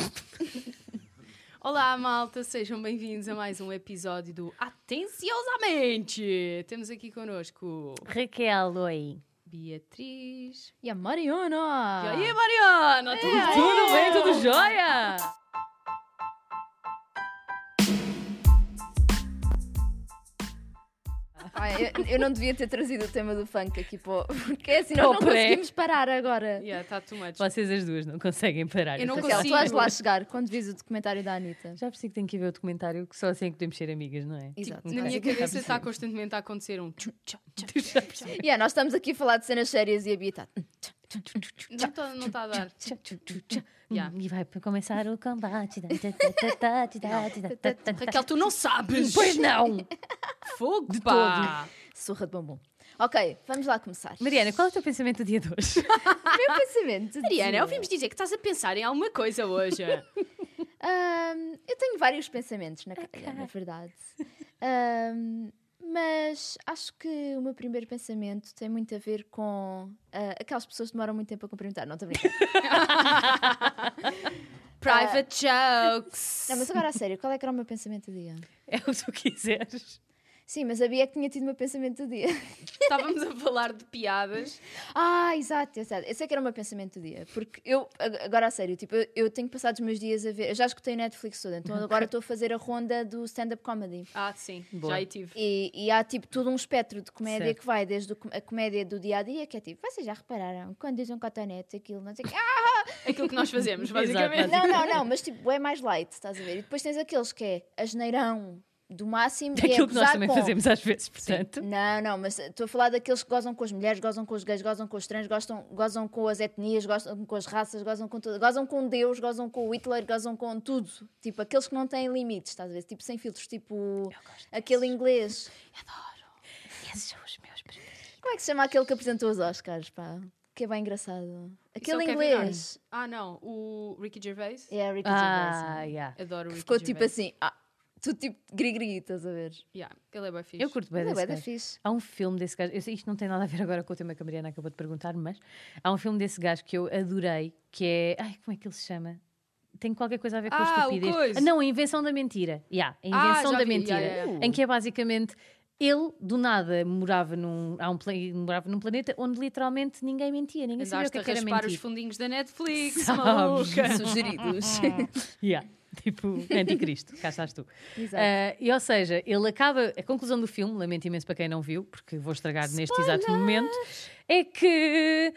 Olá, malta, sejam bem-vindos a mais um episódio do Atenciosamente. Temos aqui connosco Raquel, oi. Beatriz. E a Mariana! E aí, Mariana, tudo, Tudo bem, tudo jóia? jóia? Ai, eu, eu não devia ter trazido o tema do funk aqui, pô, porque assim nós Pô, não pré. conseguimos parar agora. Yeah, tá too much. Vocês as duas não conseguem parar. Eu não Essa- Raquel, consigo. tu vais lá chegar quando vis o documentário da Anitta. Já percebi que tenho que ir ver o documentário, que só assim é que podemos ser amigas, não é? Exato. Na minha E cabeça está constantemente a acontecer um tchu, tchá, tchá. yeah, nós estamos aqui a falar de cenas sérias e a Bia tá está. Não está não tá a dar. Tchá, tchá, tchá, tchá. Yeah. E vai para começar o combate. Tá, tá, tá, tá, tá, tá, tá, tá, tá, tá. Raquel, tu não sabes! Pois não! Fogo de pá! Surra de bombom. Ok, vamos lá começar. Mariana, qual é o teu pensamento do dia de hoje? o meu pensamento? de Mariana, dia? ouvimos dizer que estás a pensar em alguma coisa hoje. Ahm, eu tenho vários pensamentos na calha, na verdade. Ahm, mas acho que o meu primeiro pensamento tem muito a ver com ah, aquelas pessoas que demoram muito tempo a cumprimentar, não estou a brincar. Private jokes! Não, mas agora a sério, qual é que era o meu pensamento do dia? É o que tu quiseres. Sim, mas a Bia é que tinha tido o meu pensamento do dia. Estávamos a falar de piadas. Ah, exato, exato. Esse é que era o meu pensamento do dia. Porque eu, ag- agora a sério, tipo, eu, eu tenho passado os meus dias a ver. Eu já escutei Netflix toda, então agora estou a fazer a ronda do stand-up comedy. Ah, sim, Boa. já aí tive. E, e há tipo todo um espectro de comédia Certo. que vai desde o com- a comédia do dia a dia, que é tipo, vocês já repararam, quando dizem cotonete, aquilo, não sei o quê. Ah, Aquilo que nós fazemos, basicamente. não, não, não, mas tipo, é mais light, estás a ver? E depois tens aqueles que é a geneirão do máximo. É e aquilo que nós gozar também com- fazemos às vezes, portanto. Não, não, mas estou a falar daqueles que gozam com as mulheres, gozam com os gays, gozam com os trans, gozam, gozam com as etnias, gozam com as raças, gozam com tudo, gozam com Deus, gozam com o Hitler, gozam com tudo. Tipo, aqueles que não têm limites, estás a ver? Tipo, sem filtros, tipo aquele inglês. Esses são os meus preferidos. Como é que se chama aquele que apresentou os Oscars, pá? Que é bem engraçado. Isso é o Aquele Kevin inglês. Ah, não, o Ricky Gervais. É, Ricky Ah, Gervais. yeah. Adoro o Ricky Que Ficou tipo Gervais. assim, ah, tudo tipo gri-gri, estás a ver? Yeah, ele é bem fixe. Eu curto bem Mas é desse bué da gajo. fixe. Há um filme desse gajo, eu sei, isto não tem nada a ver agora com o tema que a Mariana acabou de perguntar, mas há um filme desse gajo que eu adorei, que é. Ai, como é que ele se chama? Tem qualquer coisa a ver com a Ah, o estupidez. coisa. Ah, não, a invenção da mentira. Yeah, a Ah, invenção já da vi, mentira. yeah, yeah, Em que é basicamente. Ele, do nada, morava num, há um, pla- morava num planeta onde literalmente ninguém mentia, ninguém sabia o Andaste que, a é que era raspar os mentir. fundinhos da Netflix, Sabes. maluca. Sugeridos. Yeah, tipo, anticristo, cá estás tu. Exato. Ah, e ou seja, ele acaba. A conclusão do filme, lamento imenso para quem não viu, porque vou estragar neste exato momento, é que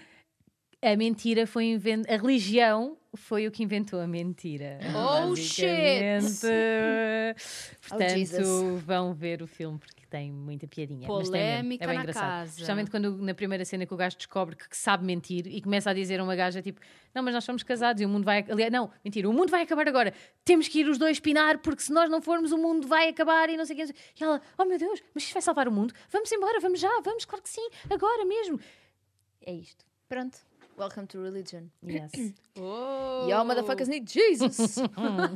a mentira foi inven- A religião foi o que inventou a mentira. Oh, shit! basicamente. Portanto, Jesus. vão ver o filme porque tem muita piadinha. mas tem mesmo, Polémica é bem na engraçado. casa. Especialmente quando na primeira cena que o gajo descobre que, que sabe mentir e começa a dizer a uma gaja tipo: Não, mas nós somos casados e o mundo vai. Aliás, não, mentira, o mundo vai acabar agora. Temos que ir os dois pinar porque se nós não formos o mundo vai acabar e não sei o que. E ela: Oh meu Deus, mas isto vai salvar o mundo? Vamos embora, vamos já, vamos, claro que sim, agora mesmo. É isto. Pronto. Welcome to religion. Yes. Oh. Y'all motherfuckers need Jesus.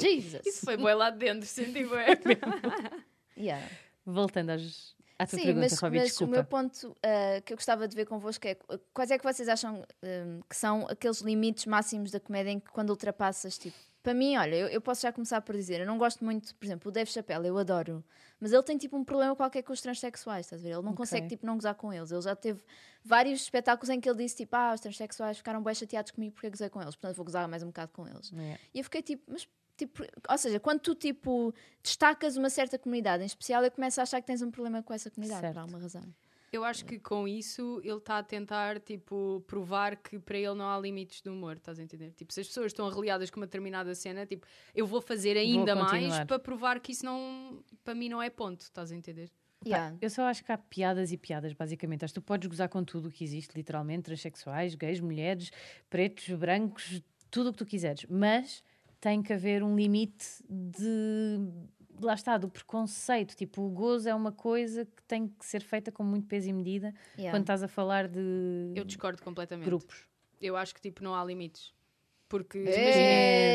Jesus. Isso foi boi lá de dentro, senti bué. Yeah. Voltando aos, à tua Sim, pergunta, mas, Robbie, mas o desculpa. meu ponto ah, que eu gostava de ver convosco é qu- quais é que vocês acham ah, que são aqueles limites máximos da comédia em que quando ultrapassas, tipo, para mim, olha, eu, eu posso já começar por dizer, eu não gosto muito, por exemplo, o Dave Chappelle, eu adoro, mas ele tem tipo um problema qualquer com os transexuais, estás a ver? Ele não consegue tipo não gozar com eles. Ele já teve vários espetáculos em que ele disse tipo, ah, os transexuais ficaram bem chateados comigo porque eu gozei com eles, portanto vou gozar mais um bocado com eles. Yeah. E eu fiquei tipo, mas tipo, ou seja, quando tu tipo destacas uma certa comunidade em especial, eu começo a achar que tens um problema com essa comunidade Certo. por alguma razão. Eu acho que com isso ele está a tentar, tipo, provar que para ele não há limites de humor, estás a entender? Tipo, se as pessoas estão arreliadas com uma determinada cena, tipo, eu vou fazer ainda mais continuar. para provar que isso não, para mim não é ponto, estás a entender? Yeah. Eu só acho que há piadas e piadas, basicamente. Acho que tu podes gozar com tudo o que existe, literalmente, transexuais, gays, mulheres, pretos, brancos, tudo o que tu quiseres. Mas tem que haver um limite de. Lá está, do preconceito. Tipo, o gozo é uma coisa que tem que ser feita com muito peso e medida Yeah. quando estás a falar de Eu discordo completamente. grupos. Eu acho que, tipo, não há limites. Porque, imagina,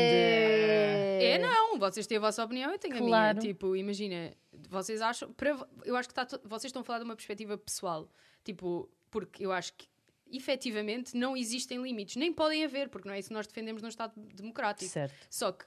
É... É, não, vocês têm a vossa opinião, eu tenho a Claro. minha. Tipo, imagina, vocês acham. para vo- eu acho que tá to- vocês estão a falar de uma perspectiva pessoal. Tipo, porque eu acho que efetivamente não existem limites, nem podem haver, porque não é isso que nós defendemos num Estado democrático. Certo. Só que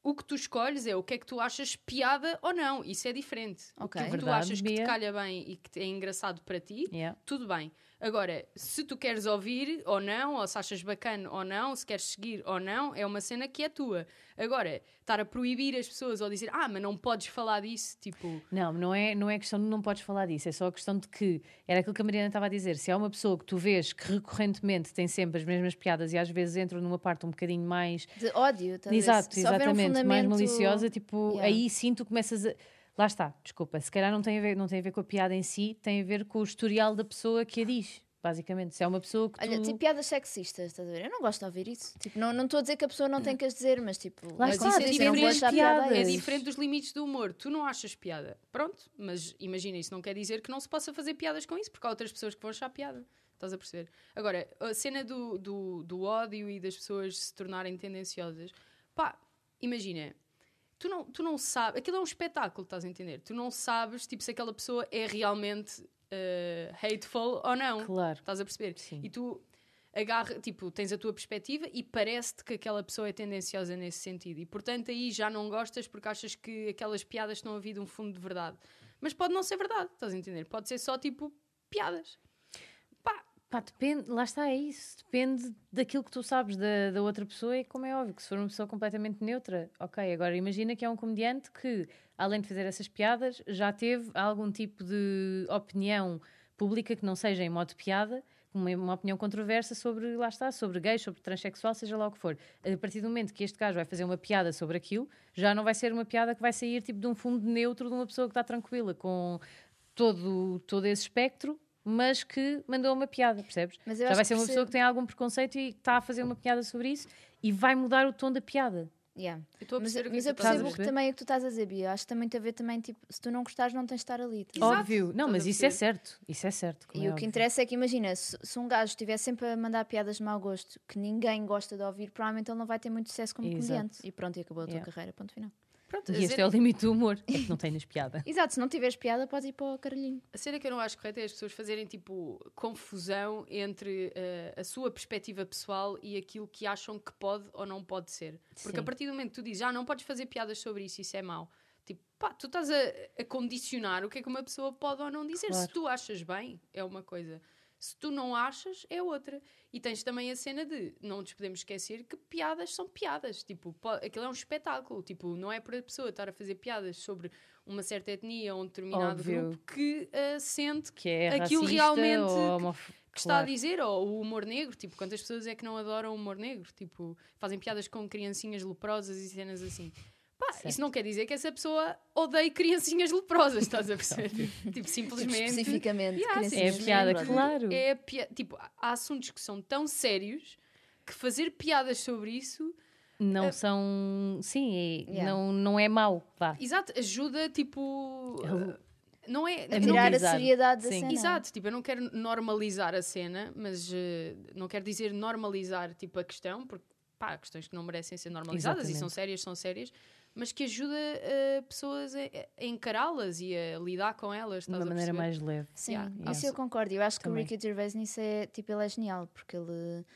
O que tu escolhes é o que é que tu achas piada ou não. Isso é diferente. O Ok. que tu Verdade, achas que te Bia. calha bem e que te- é engraçado para ti, Yeah. tudo bem. Agora, se tu queres ouvir ou não, ou se achas bacana ou não, se queres seguir ou não, é uma cena que é tua. Agora, estar a proibir as pessoas ou dizer, ah, mas não podes falar disso, tipo, Não, não é, não é questão de não podes falar disso, é só a questão de que era aquilo que a Mariana estava a dizer. Se há uma pessoa que tu vês que recorrentemente tem sempre as mesmas piadas e às vezes entram numa parte um bocadinho mais De ódio, talvez. Exato, Se houver um exatamente. Mais fundamento- maliciosa, tipo, Yeah. aí sim tu começas a. Lá está, desculpa. Se calhar não tem, a ver, não tem a ver com a piada em si, tem a ver com o historial da pessoa que a diz, basicamente. Se é uma pessoa que. Olha, tu... tipo piadas sexistas, estás a ver? Eu não gosto de ouvir isso. Tipo, não não estou a dizer que a pessoa não tem que as dizer, mas tipo, Lá é está, como se é dizem, não diferente gosto de de piada piadas. a é isso. diferente dos limites do humor. Tu não achas piada. Pronto, mas imagina, isso não quer dizer que não se possa fazer piadas com isso, porque há outras pessoas que vão achar piada. Estás a perceber? Agora, a cena do, do, do ódio e das pessoas se tornarem tendenciosas, pá, imagina. Tu não, tu não sabes, aquilo é um espetáculo, estás a entender? Tu não sabes tipo, se aquela pessoa é realmente eh, hateful ou não. Claro. Estás a perceber? Sim. E tu agarra, tipo, tens a tua perspectiva e parece-te que aquela pessoa é tendenciosa nesse sentido. E portanto aí já não gostas porque achas que aquelas piadas estão a vir de um fundo de verdade. Mas pode não ser verdade, estás a entender? Pode ser só tipo piadas. Pá, Pá, depende, lá está, é isso. Depende daquilo que tu sabes da, da outra pessoa e como é óbvio, que se for uma pessoa completamente neutra, ok. Agora imagina que é um comediante que, além de fazer essas piadas, já teve algum tipo de opinião pública que não seja em modo piada, uma, uma opinião controversa sobre, lá está, sobre gay, sobre transexual, seja lá o que for. A partir do momento que este gajo vai fazer uma piada sobre aquilo, já não vai ser uma piada que vai sair tipo de um fundo neutro de uma pessoa que está tranquila com todo, todo esse espectro, mas que mandou uma piada, percebes? Mas eu Já acho vai que ser uma percebo. pessoa que tem algum preconceito e está a fazer uma piada sobre isso e vai mudar o tom da piada. Yeah. eu estou a Mas, perceber o que é mas que tu eu estás a a percebo o que dizer. perceber? também é que tu estás a dizer, Bia. Acho que também tem a ver também, tipo, se tu não gostares, não tens de estar ali. estás a ver? Exato, Óbvio, não, estás a mas isso é perceber? certo. Isso é certo. como é E o que óbvio. interessa é que, imagina, se, se um gajo estiver sempre a mandar piadas de mau gosto que ninguém gosta de ouvir, provavelmente ele não vai ter muito sucesso como Exato. comediante. E pronto, e acabou a tua Yeah. carreira, ponto final. Pronto, E a este é o cena, limite do humor, é que não tens piada. Exato, se não tiveres piada, podes ir para o caralhinho. Tipo, a cena que eu não acho correta é as pessoas fazerem tipo confusão entre eh, a sua perspectiva pessoal e aquilo que acham que pode ou não pode ser. Porque a Sim. partir do momento que tu dizes, ah, não podes fazer piadas sobre isso, isso é mau. Tipo, pá, tu estás a, a condicionar o que é que uma pessoa pode ou não dizer. Se Claro. tu achas bem, é uma coisa. Se tu não achas, é outra. E tens também a cena de não nos podemos esquecer que piadas são piadas. Tipo, po- aquilo é um espetáculo. Tipo, não é para a pessoa estar a fazer piadas sobre uma certa etnia ou um determinado Óbvio. grupo que ah, sente que Que é Aquilo racista realmente ou que- homof- está a claro. dizer. Ou o humor negro. Tipo, quantas pessoas é que não adoram o humor negro? Tipo, fazem piadas com criancinhas leprosas e cenas assim. Pá, Certo. isso não quer dizer que essa pessoa odeie criancinhas leprosas, estás a perceber? tipo, Tipo, simplesmente. especificamente. Yeah, crianças sim, É a mesmo. piada, Pronto. claro. É pia- Tipo, há assuntos que são tão sérios que fazer piadas sobre isso, Não são. Sim, é- Yeah. não, não é mau. Vá. exato, ajuda, tipo. Não é. A eu não tirar a normalizar. seriedade da Sim. cena. Exato, tipo, eu não quero normalizar a cena, mas eh, não quero dizer normalizar tipo, a questão, porque pá, há questões que não merecem ser normalizadas e são Exatamente. sérias, são sérias, mas que ajuda eh, pessoas a, a encará-las e a lidar com elas. De estás uma a maneira perceber? mais leve. Sim, Yeah, isso yeah. eu concordo. Eu acho Também. que o Ricky Gervais nisso é, tipo, ele é genial, porque ele,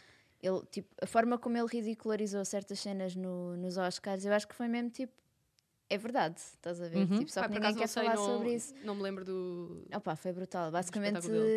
ele tipo, a forma como ele ridicularizou certas cenas no- nos Oscars, eu acho que foi mesmo, tipo, é verdade, estás a ver? Uhum. Tipo, só Pá, que por ninguém acaso quer não sei, falar não, sobre isso. não me lembro do. Opa, foi brutal. Basicamente, um espetáculo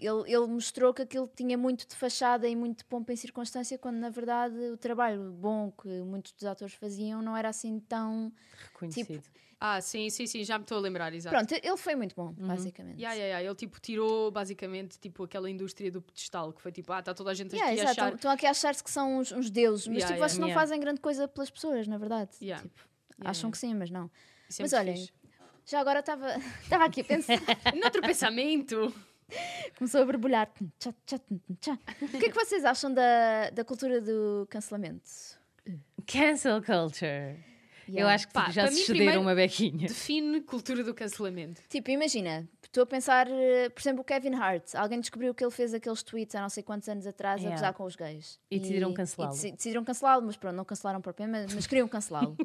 ele, ele mostrou que aquilo tinha muito de fachada e muito de pompa em circunstância, quando na verdade o trabalho bom que muitos dos atores faziam não era assim tão. Reconhecido. Ah, sim, sim, sim, já me estou a lembrar, exato. Uhum. Pronto, ele foi muito bom, basicamente. Yeah, yeah, yeah. Ele tipo tirou basicamente tipo aquela indústria do pedestal que foi tipo, ah, está toda a gente Yeah, aqui a exato. achar. Estão aqui a achar-se que são uns, uns deuses, mas Yeah, tipo, yeah. acho que não Yeah. fazem grande coisa pelas pessoas, na verdade. Yeah. Tipo, Yeah, acham yeah. que sim, mas não. Isso é mas muito olhem, fixe. já agora estava estava aqui a pensar, Noutro pensamento. começou a borbulhar. Tum, tchá, tchá, tum, tum, tchá. O que é que vocês acham da, da cultura do cancelamento? Cancel culture. Eu acho que Pá, tipo, já para se mim, cederam primeiro- Então, uma bequinha. Define cultura do cancelamento. Tipo, imagina, estou a pensar, eh, por exemplo, o Kevin Hart. Alguém descobriu que ele fez aqueles tweets há não sei quantos anos atrás Yeah. a gozar com os gays. E decidiram e cancelá-lo. deci- decidiram cancelá-lo, mas pronto, não cancelaram propriamente, mas, mas queriam cancelá-lo.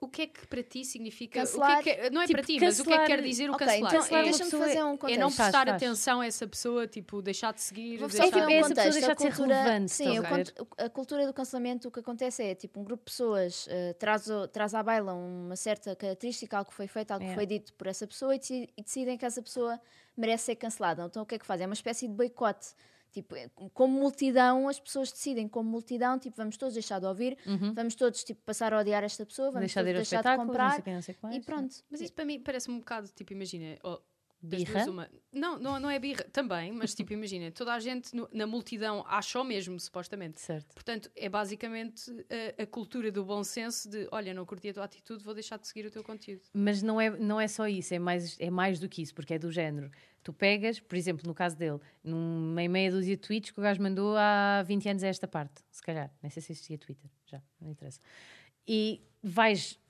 O que é que para ti significa. Cancelar. O que é que- não é Tipo, para ti, mas o que é que cancelar- quer dizer o Ok, cancelar? então é é, uma deixa-me pessoa- fazer um é contexto. não Faz, prestar faz. atenção a essa pessoa, tipo, deixar de seguir. Vou-vos deixar só fazer É um essa de... pessoa contexto. deixar de a ser cultura, relevante, Sim, estás a a cont- a cultura do cancelamento, o que acontece é, tipo, um grupo de pessoas eh, traz, o- traz à baila uma certa característica, algo que foi feito, algo Yeah. que foi dito por essa pessoa e, deci- e decidem que essa pessoa merece ser cancelada. Então o que é que fazem? É uma espécie de boicote. Tipo, eh, como multidão, as pessoas decidem, como multidão, tipo, vamos todos deixar de ouvir, vamos todos, tipo, passar a odiar esta pessoa, vamos Deixar de ir todos aos deixar de espetáculos, não sei comprar o quê, não sei o que mais. e pronto. Mas isso para mim parece-me um bocado, tipo, imagina. oh, das Birra. duas uma- Não, não, não é birra também, mas tipo, imagina, toda a gente no- na multidão acha o mesmo, supostamente. Certo. Portanto, é basicamente eh, a, a cultura do bom senso de olha, não curti a tua atitude, vou deixar de seguir o teu conteúdo. Mas não é, não é só isso, é mais, é mais do que isso, porque é do género. Tu pegas, por exemplo, no caso dele, numa em meia dúzia de tweets que o gajo mandou há 20 anos a esta parte, se calhar. Nem sei se existia Twitter, já, não interessa. E vais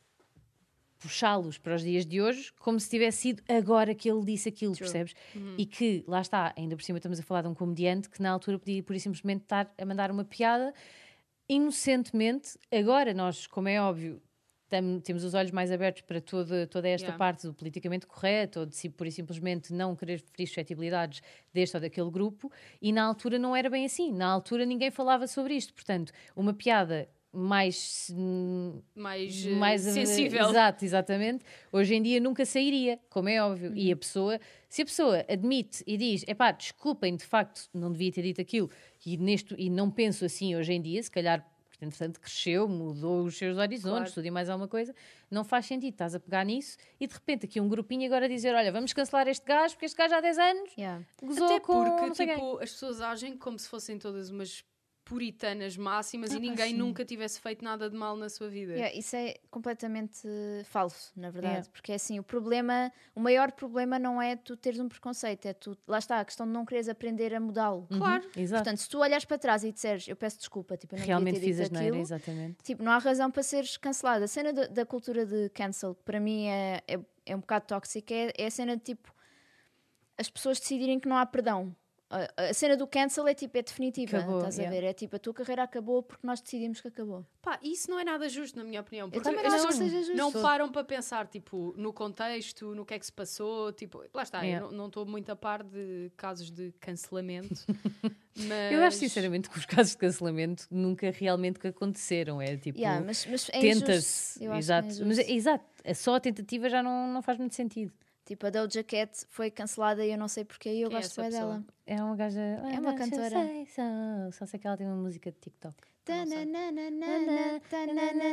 puxá-los para os dias de hoje como se tivesse sido agora que ele disse aquilo, percebes? E que, lá está, ainda por cima estamos a falar de um comediante que na altura podia por simplesmente estar a mandar uma piada inocentemente. Agora nós, como é óbvio, tam- temos os olhos mais abertos para toda, toda esta Yeah. parte do politicamente correto ou de si, por simplesmente não querer ferir suscetibilidades deste ou daquele grupo e na altura não era bem assim. Na altura ninguém falava sobre isto. Portanto, uma piada mais hum, Mais, eh, mais sensível. Exato, exatamente. Hoje em dia nunca sairia, como é óbvio. E Uhum. a pessoa, se a pessoa admite e diz, epá, desculpem, de facto, não devia ter dito aquilo, e, neste, e não penso assim hoje em dia, se calhar, porque entretanto cresceu, mudou os seus horizontes, Claro. estudia mais alguma coisa, não faz sentido, estás a pegar nisso, e de repente aqui um grupinho agora dizer, olha, vamos cancelar este gajo, porque este gajo há 10 anos Yeah. gozou Até com porque não sei quem." tipo, as pessoas agem como se fossem todas umas puritanas máximas Ah, e pá, ninguém sim. nunca tivesse feito nada de mal na sua vida. Yeah, isso é completamente falso, na verdade, Yeah. porque é assim, o problema, o maior problema não é tu teres um preconceito, é tu, lá está, a questão de não quereres aprender a mudá-lo. Claro. Exato. Portanto, se tu olhares para trás e disseres, eu peço desculpa, tipo, eu não Realmente devia fiz ter as dito aquilo, exatamente. tipo, não há razão para seres cancelado. A cena da- da cultura de cancel, que para mim é, é, é um bocado tóxica, é, é a cena de tipo, as pessoas decidirem que não há perdão. A, a cena do cancel é tipo, é definitiva, Acabou, estás yeah. a ver? É tipo, a tua carreira acabou porque nós decidimos que acabou. Pá, isso não é nada justo, na minha opinião. Eu Porque também as não acho que pessoas seja justo. não param para pensar, tipo, no contexto, no que é que se passou, tipo, lá está, É. eu não- não estou muito a par de casos de cancelamento, mas... Eu acho sinceramente que os casos de cancelamento nunca realmente que aconteceram. É tipo, Yeah, mas, mas é tenta-se. injusto. Eu acho que é exato. Mas, injusto. exato. é Só a tentativa já não, não faz muito sentido. Tipo, a Doja Cat foi cancelada e eu não sei porquê e eu Quem é gosto essa bem dela. É uma gaja. É uma cantora. Sei, só, só sei que ela tem uma música de TikTok. Tananana,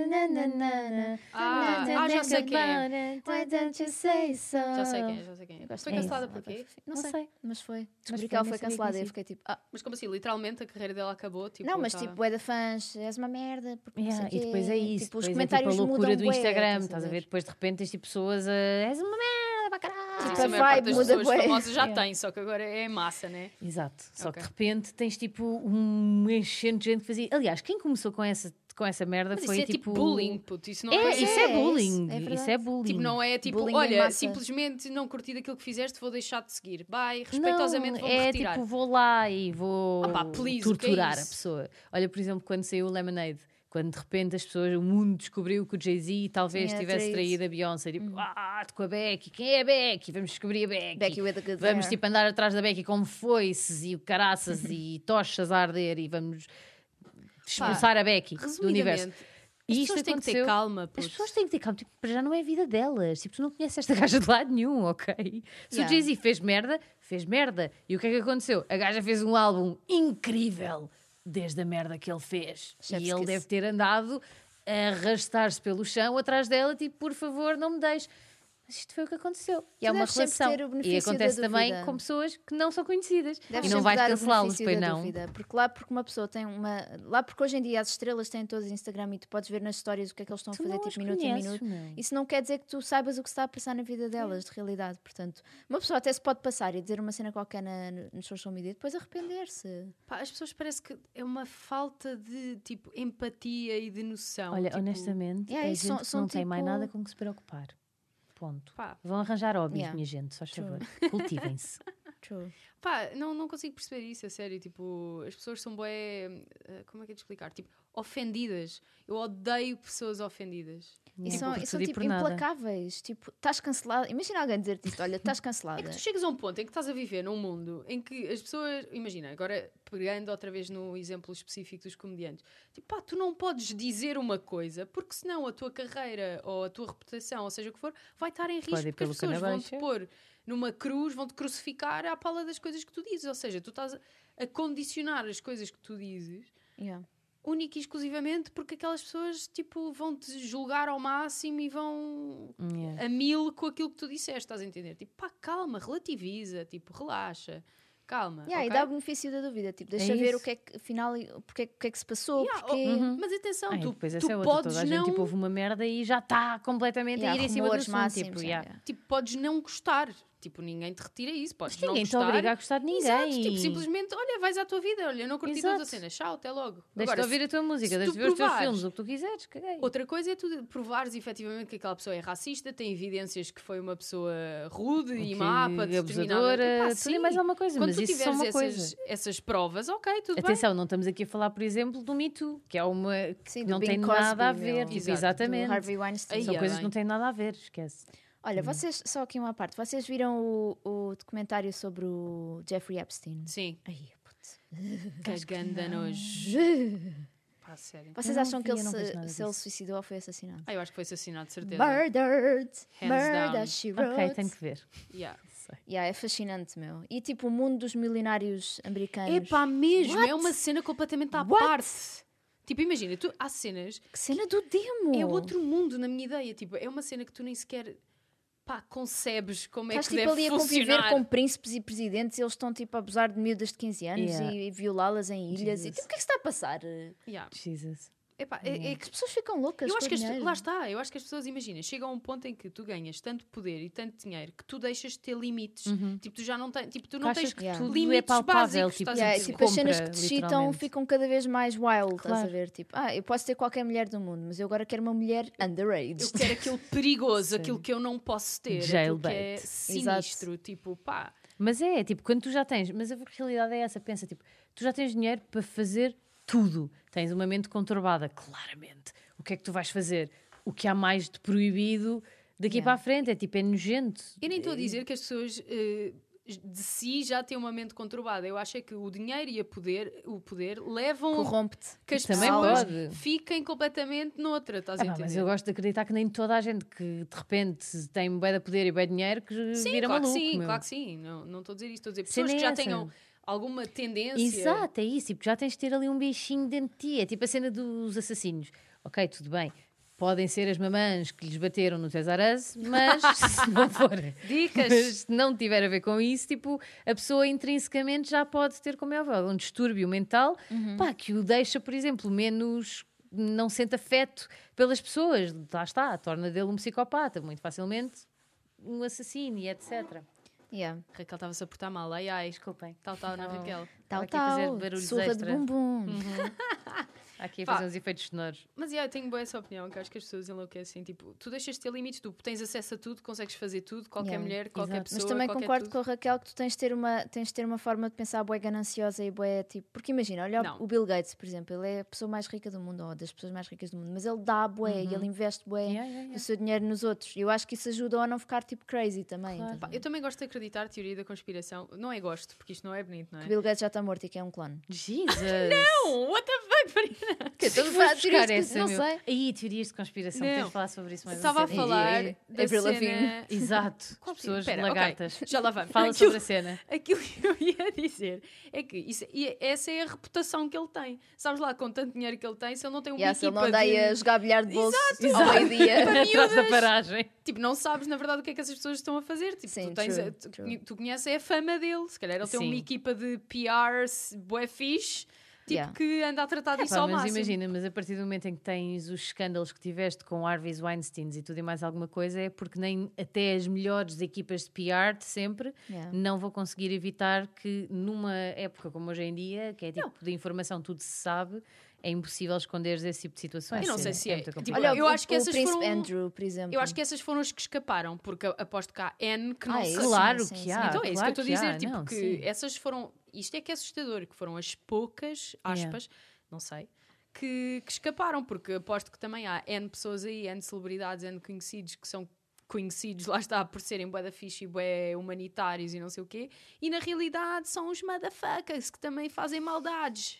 tananana. Ah, Tananana, ah, já sei quem é. Então Why don't you say so? Já sei quem é, já sei quem é. gosto Foi dela. cancelada Ela por quê? foi- Não, Não sei. sei, mas foi. Descobri foi, que ela nem sabia foi que cancelada e eu existia. fiquei tipo, ah, Mas como assim, literalmente a carreira dela acabou, tipo... não, mas tá- tipo, é da fãs, és uma merda. Porque não Yeah, sei e depois é quê. isso. Tipo, depois os é tipo comentários a loucura mudam do bué, Instagram. Estás a ver? Depois de repente tens tipo pessoas a. És uma merda Sim, para caralho. Tipo, isso é a a maior parte vibe das muda pessoas bué. famosas já Yeah. tem, só que agora é massa, né? Exato. Só Ok. que de repente tens tipo um enchente de gente que fazia. Aliás, quem começou com essa, com essa merda Mas foi isso é tipo bullying, puto. Isso não é... É, isso é, é, bullying. isso é Isso, é verdade. bullying. Tipo, não é tipo, Bullying em olha, massa. simplesmente não curti daquilo que fizeste, vou deixar de seguir. Bye, respeitosamente não, vou-me é retirar. tipo, vou lá e vou Ah pá, please, o que é torturar a isso? pessoa. Olha, por exemplo, quando saiu o Lemonade, quando de repente as pessoas, o mundo descobriu que o Jay-Z talvez Tinha tivesse traído. traído a Beyoncé. Hum. Tipo, ah, tô com a Becky, quem é a Becky? Vamos descobrir a Becky. Becky with a good vamos hair. tipo andar atrás da Becky com foices e caraças e tochas a arder e vamos expulsar a Becky do universo. Resumidamente, E as isto pessoas têm que ter aconteceu- calma, puto. As pessoas têm que ter calma, tipo, para já não é a vida delas. Tipo, tu não conheces esta gaja de lado nenhum, ok? Se Yeah. o Jay-Z fez merda, fez merda. E o que é que aconteceu? A gaja fez um álbum incrível desde a merda que ele fez. Chef's e ele kiss. deve ter andado a arrastar-se pelo chão atrás dela, tipo, por favor, não me deixes. Mas isto foi o que aconteceu. E há Tu uma deves relação. sempre ter o E benefício acontece da dúvida. também com com pessoas que não são conhecidas. Deves e não sempre vais dar o cancelá-los, benefício pois da não. dúvida, Porque lá porque uma pessoa tem uma. Lá porque hoje em dia as estrelas têm todas Instagram e tu podes ver nas histórias o que é que eles estão Tu a fazer, não as tipo minuto em conheces, minuto. meu. Isso não quer dizer que tu saibas o que se está a passar na vida delas, de realidade. Portanto, uma pessoa até se pode passar e dizer uma cena qualquer na, no- nos social media e depois arrepender-se. Pá, as pessoas parece que é uma falta de, tipo, empatia e de noção. Olha, tipo, honestamente, Yeah, é gente isso são- que são não tem mais tipo- nada com que se preocupar. Ponto. Pá, Vão arranjar hobbies, Yeah. minha gente, só True. favor. Cultivem-se. True. Pá, não, não consigo perceber isso, a sério. Tipo, as pessoas são bué. eh, Como é que é de explicar? Tipo, ofendidas. Eu odeio pessoas ofendidas. E Tipo, são, por e são, tudo e tipo por nada. implacáveis. Tipo, estás cancelada. Imagina alguém dizer-te isto: olha, estás É cancelada. que tu chegas a um ponto em que estás a viver num mundo em que as pessoas. Imagina, agora pegando outra vez no exemplo específico dos comediantes. Tipo, pá, tu não podes dizer uma coisa porque senão a tua carreira ou a tua reputação, ou seja o que for, vai estar em risco ir porque as pelo pessoas vão-te canabaixo. pôr numa cruz, vão-te crucificar à pala das coisas que tu dizes. Ou seja, tu estás a- a condicionar as coisas que tu dizes Yeah. única e exclusivamente porque aquelas pessoas tipo, vão te julgar ao máximo e vão Yeah. a mil com aquilo que tu disseste, estás a entender? Tipo, pá, calma, relativiza, tipo, relaxa, calma. Yeah, E ok? dá o benefício da dúvida. Tipo, deixa Ah, É ver isso. o que é que, afinal, o porque é que- o que é que se passou. Yeah, porque... oh, Uhum. Mas atenção, Ai, tu, depois essa tu é outra. podes Toda a gente não. tipo, houve uma merda e já está completamente Yeah, a ir em cima do rumores assunto. máximos, tipo, yeah, yeah. yeah. Tipo, podes não gostar. Tipo, ninguém te retira isso. Podes não Ninguém te gostar. obriga a gostar de ninguém. Exato, tipo, simplesmente, olha, vais à tua vida, olha, não curti todas as Exato. cenas, tchau, até logo. Deixa-te Agora, ouvir a tua música, tu deixa-te ver os teus provares- filmes, o que tu quiseres, caguei. Outra coisa é tu provares efetivamente que aquela pessoa é racista, tem evidências que foi uma pessoa rude e Que má para determinada... abusadora, Pá, tudo e sim. mais alguma coisa, Quando mas tu isso só tiveres uma essas, coisa. essas provas, ok, tudo bem. Atenção, não estamos aqui a falar, por exemplo, do Me Too, que é uma que Sim, do não Bing tem Crosby, nada a meu. ver. tipo, Exato, do exatamente. Do Harvey Weinstein. Ai, São ai, coisas Uhum. que ai. não têm nada a ver, esquece. Olha, vocês, só aqui uma parte, vocês viram o, o documentário sobre o Jeffrey Epstein? Sim, Ai, putz. cagando nojo. Pá, sério. Vocês não acham que vi, ele eu não vejo se, nada se ele disso. suicidou ou foi assassinado? Ah, eu acho que foi assassinado, de certeza. Murdered! Hands Murder, down. she wrote. Ok, tenho que ver. Yeah. Yeah, é fascinante, meu. E tipo, o mundo dos milionários americanos. Epá, mesmo, What? é uma cena completamente à What? parte. Tipo, imagina, tu, há cenas que cena do demo! É outro mundo na minha ideia. Tipo, é uma cena que tu nem sequer pá, concebes como é Estás que tipo ali deve a conviver funcionar. com príncipes e presidentes e eles estão tipo a abusar de miúdas de 15 anos Yeah. e, e violá-las em ilhas. E Jesus. tipo, o que é que se está a passar? Ah, Yeah. Jesus. Epá, é- é que- As pessoas ficam loucas. eu acho com que as, dinheiro. lá está, eu acho que as pessoas imaginam, chega a um ponto em que tu ganhas tanto poder e tanto dinheiro que tu deixas de ter limites. Tipo, tu já não tens, tipo, tu não Uhum. achas tens que Yeah. tudo é limites palpável, básicos, tipo, estás a Yeah, fazer e, se tipo, compra, as cenas que te excitam literalmente. ficam cada vez mais wild, estás a Claro. ver? Tipo, ah, eu posso ter qualquer mulher do mundo, mas eu agora quero uma mulher tipo underage. Eu quero aquilo perigoso, aquilo que eu não posso ter, aquilo que é Jailbait. sinistro, tipo, pá. Mas é, tipo, quando tu já tens, mas a realidade é essa, pensa, tipo, tu já tens dinheiro para fazer tudo. Tens uma mente conturbada, claramente. O que é que tu vais fazer? O que há mais de proibido daqui Yeah. para a frente? É tipo, é nojento. Eu nem estou a dizer que as pessoas eh, de si já têm uma mente conturbada. Eu acho é que o dinheiro e a poder, o poder levam a Corrompe-te. que as Também pessoas pode. fiquem completamente noutra, estás Ah, a pá, entender? mas eu gosto de acreditar que nem toda a gente que de repente tem bué de poder e bué de dinheiro que sim, vira claro maluco. que sim, meu. claro que sim. Não não estou a dizer isto, estou a dizer Cena pessoas que é já essa. tenham alguma tendência. Exato, é isso. Tipo, já tens de ter ali um bichinho dentro de ti. É tipo a cena dos assassinos. Ok, tudo bem. Podem ser as mamãs que lhes bateram no Tesaraz, mas se não for. Dicas. Mas se não tiver a ver com isso, tipo, a pessoa intrinsecamente já pode ter, como é óbvio, um distúrbio mental pá, que o deixa, por exemplo, menos. Não sente afeto pelas pessoas, lá está, torna dele um psicopata, muito facilmente um assassino e etc. Yeah. Raquel estava-se a portar mal, ai ai. Desculpem. Tal, tal, na Não. Raquel. Estava Tal, aqui a fazer tal. barulhos Surra de extra. bumbum. Uhum. Há Aqui a Pá. fazer uns efeitos sonoros. Mas yeah, eu tenho boa essa opinião, que acho que as pessoas enlouquecem. Tipo, tu deixas de ter limites, tu tens acesso a tudo, consegues fazer tudo, qualquer Yeah, mulher, qualquer exato. pessoa. Mas também qualquer concordo tudo. com a Raquel que tu tens de ter uma, tens de ter uma forma de pensar boé gananciosa e boé tipo. Porque imagina, olha o- Não. o Bill Gates, por exemplo, ele é a pessoa mais rica do mundo, ou das pessoas mais ricas do mundo, mas ele dá boé Uhum. e ele investe boé Yeah, yeah, yeah. o seu dinheiro nos outros. E eu acho que isso ajuda a não ficar tipo crazy também. Claro. estás a Pá, ver? eu também gosto de acreditar teoria da conspiração. Não é gosto, porque isto não é bonito, não é? Que Bill Gates já está morto e que é um clone. Jesus! Não, what the fuck, Marina? Que Estou a falar de teorias que- não não sei. sei. Aí, teorias de conspiração, Não. tens de falar sobre isso é- mais Estava a bocadinho. falar E- e- da Avril cena... Lavigne. Exato, Qual- as pessoas Pera, ok, lagartas. Já lá vamos. Fala Aquilo- Tipo, sobre a cena. Aquilo que eu ia dizer é que isso- e essa é a reputação que ele tem. Sabes lá, com tanto dinheiro que ele tem, se ele não tem uma Yeah, se ele equipa não dei a de... jogar bilhar de bolso ao exato. meio-dia. Para Atrás da miúdas. paragem. Tipo, não sabes, na verdade, o que é que essas pessoas estão a fazer. Tipo, Sim, tu, tens a- true, tu, é true. tu conheces a fama dele. Se calhar ele tem Sim. uma equipa de PRs bué fixe. tipo Yeah. É que anda a tratar disso Pá, ao mas É máximo. imagina, mas a partir do momento em que tens os escândalos que tiveste com Harvey Weinstein e tudo e mais alguma coisa, é porque nem até as melhores equipas de PR de sempre É. Yeah. não vou conseguir evitar que numa época como hoje em dia, que é tipo de informação tudo se sabe, é impossível esconderes esse tipo de situações. Eu não Sim, sei se é. muito Tipo, complicado. Olha, eu o- acho que o essas Príncipe foram- Andrew, por exemplo. Eu acho que essas foram as que escaparam, porque eu aposto que há N que não Ah, sei. isso. Claro Sim, sim, que sim. há. então é isso que eu claro estou a dizer, há, tipo não, que sim. essas foram, isto é que é assustador, que foram as poucas, Yeah. aspas, não sei, que, que escaparam, porque aposto que também há N pessoas aí, N celebridades, N conhecidos que são conhecidos, lá está, por serem bué da fixe e bué humanitários e não sei o quê, e na realidade são os motherfuckers que também fazem maldades.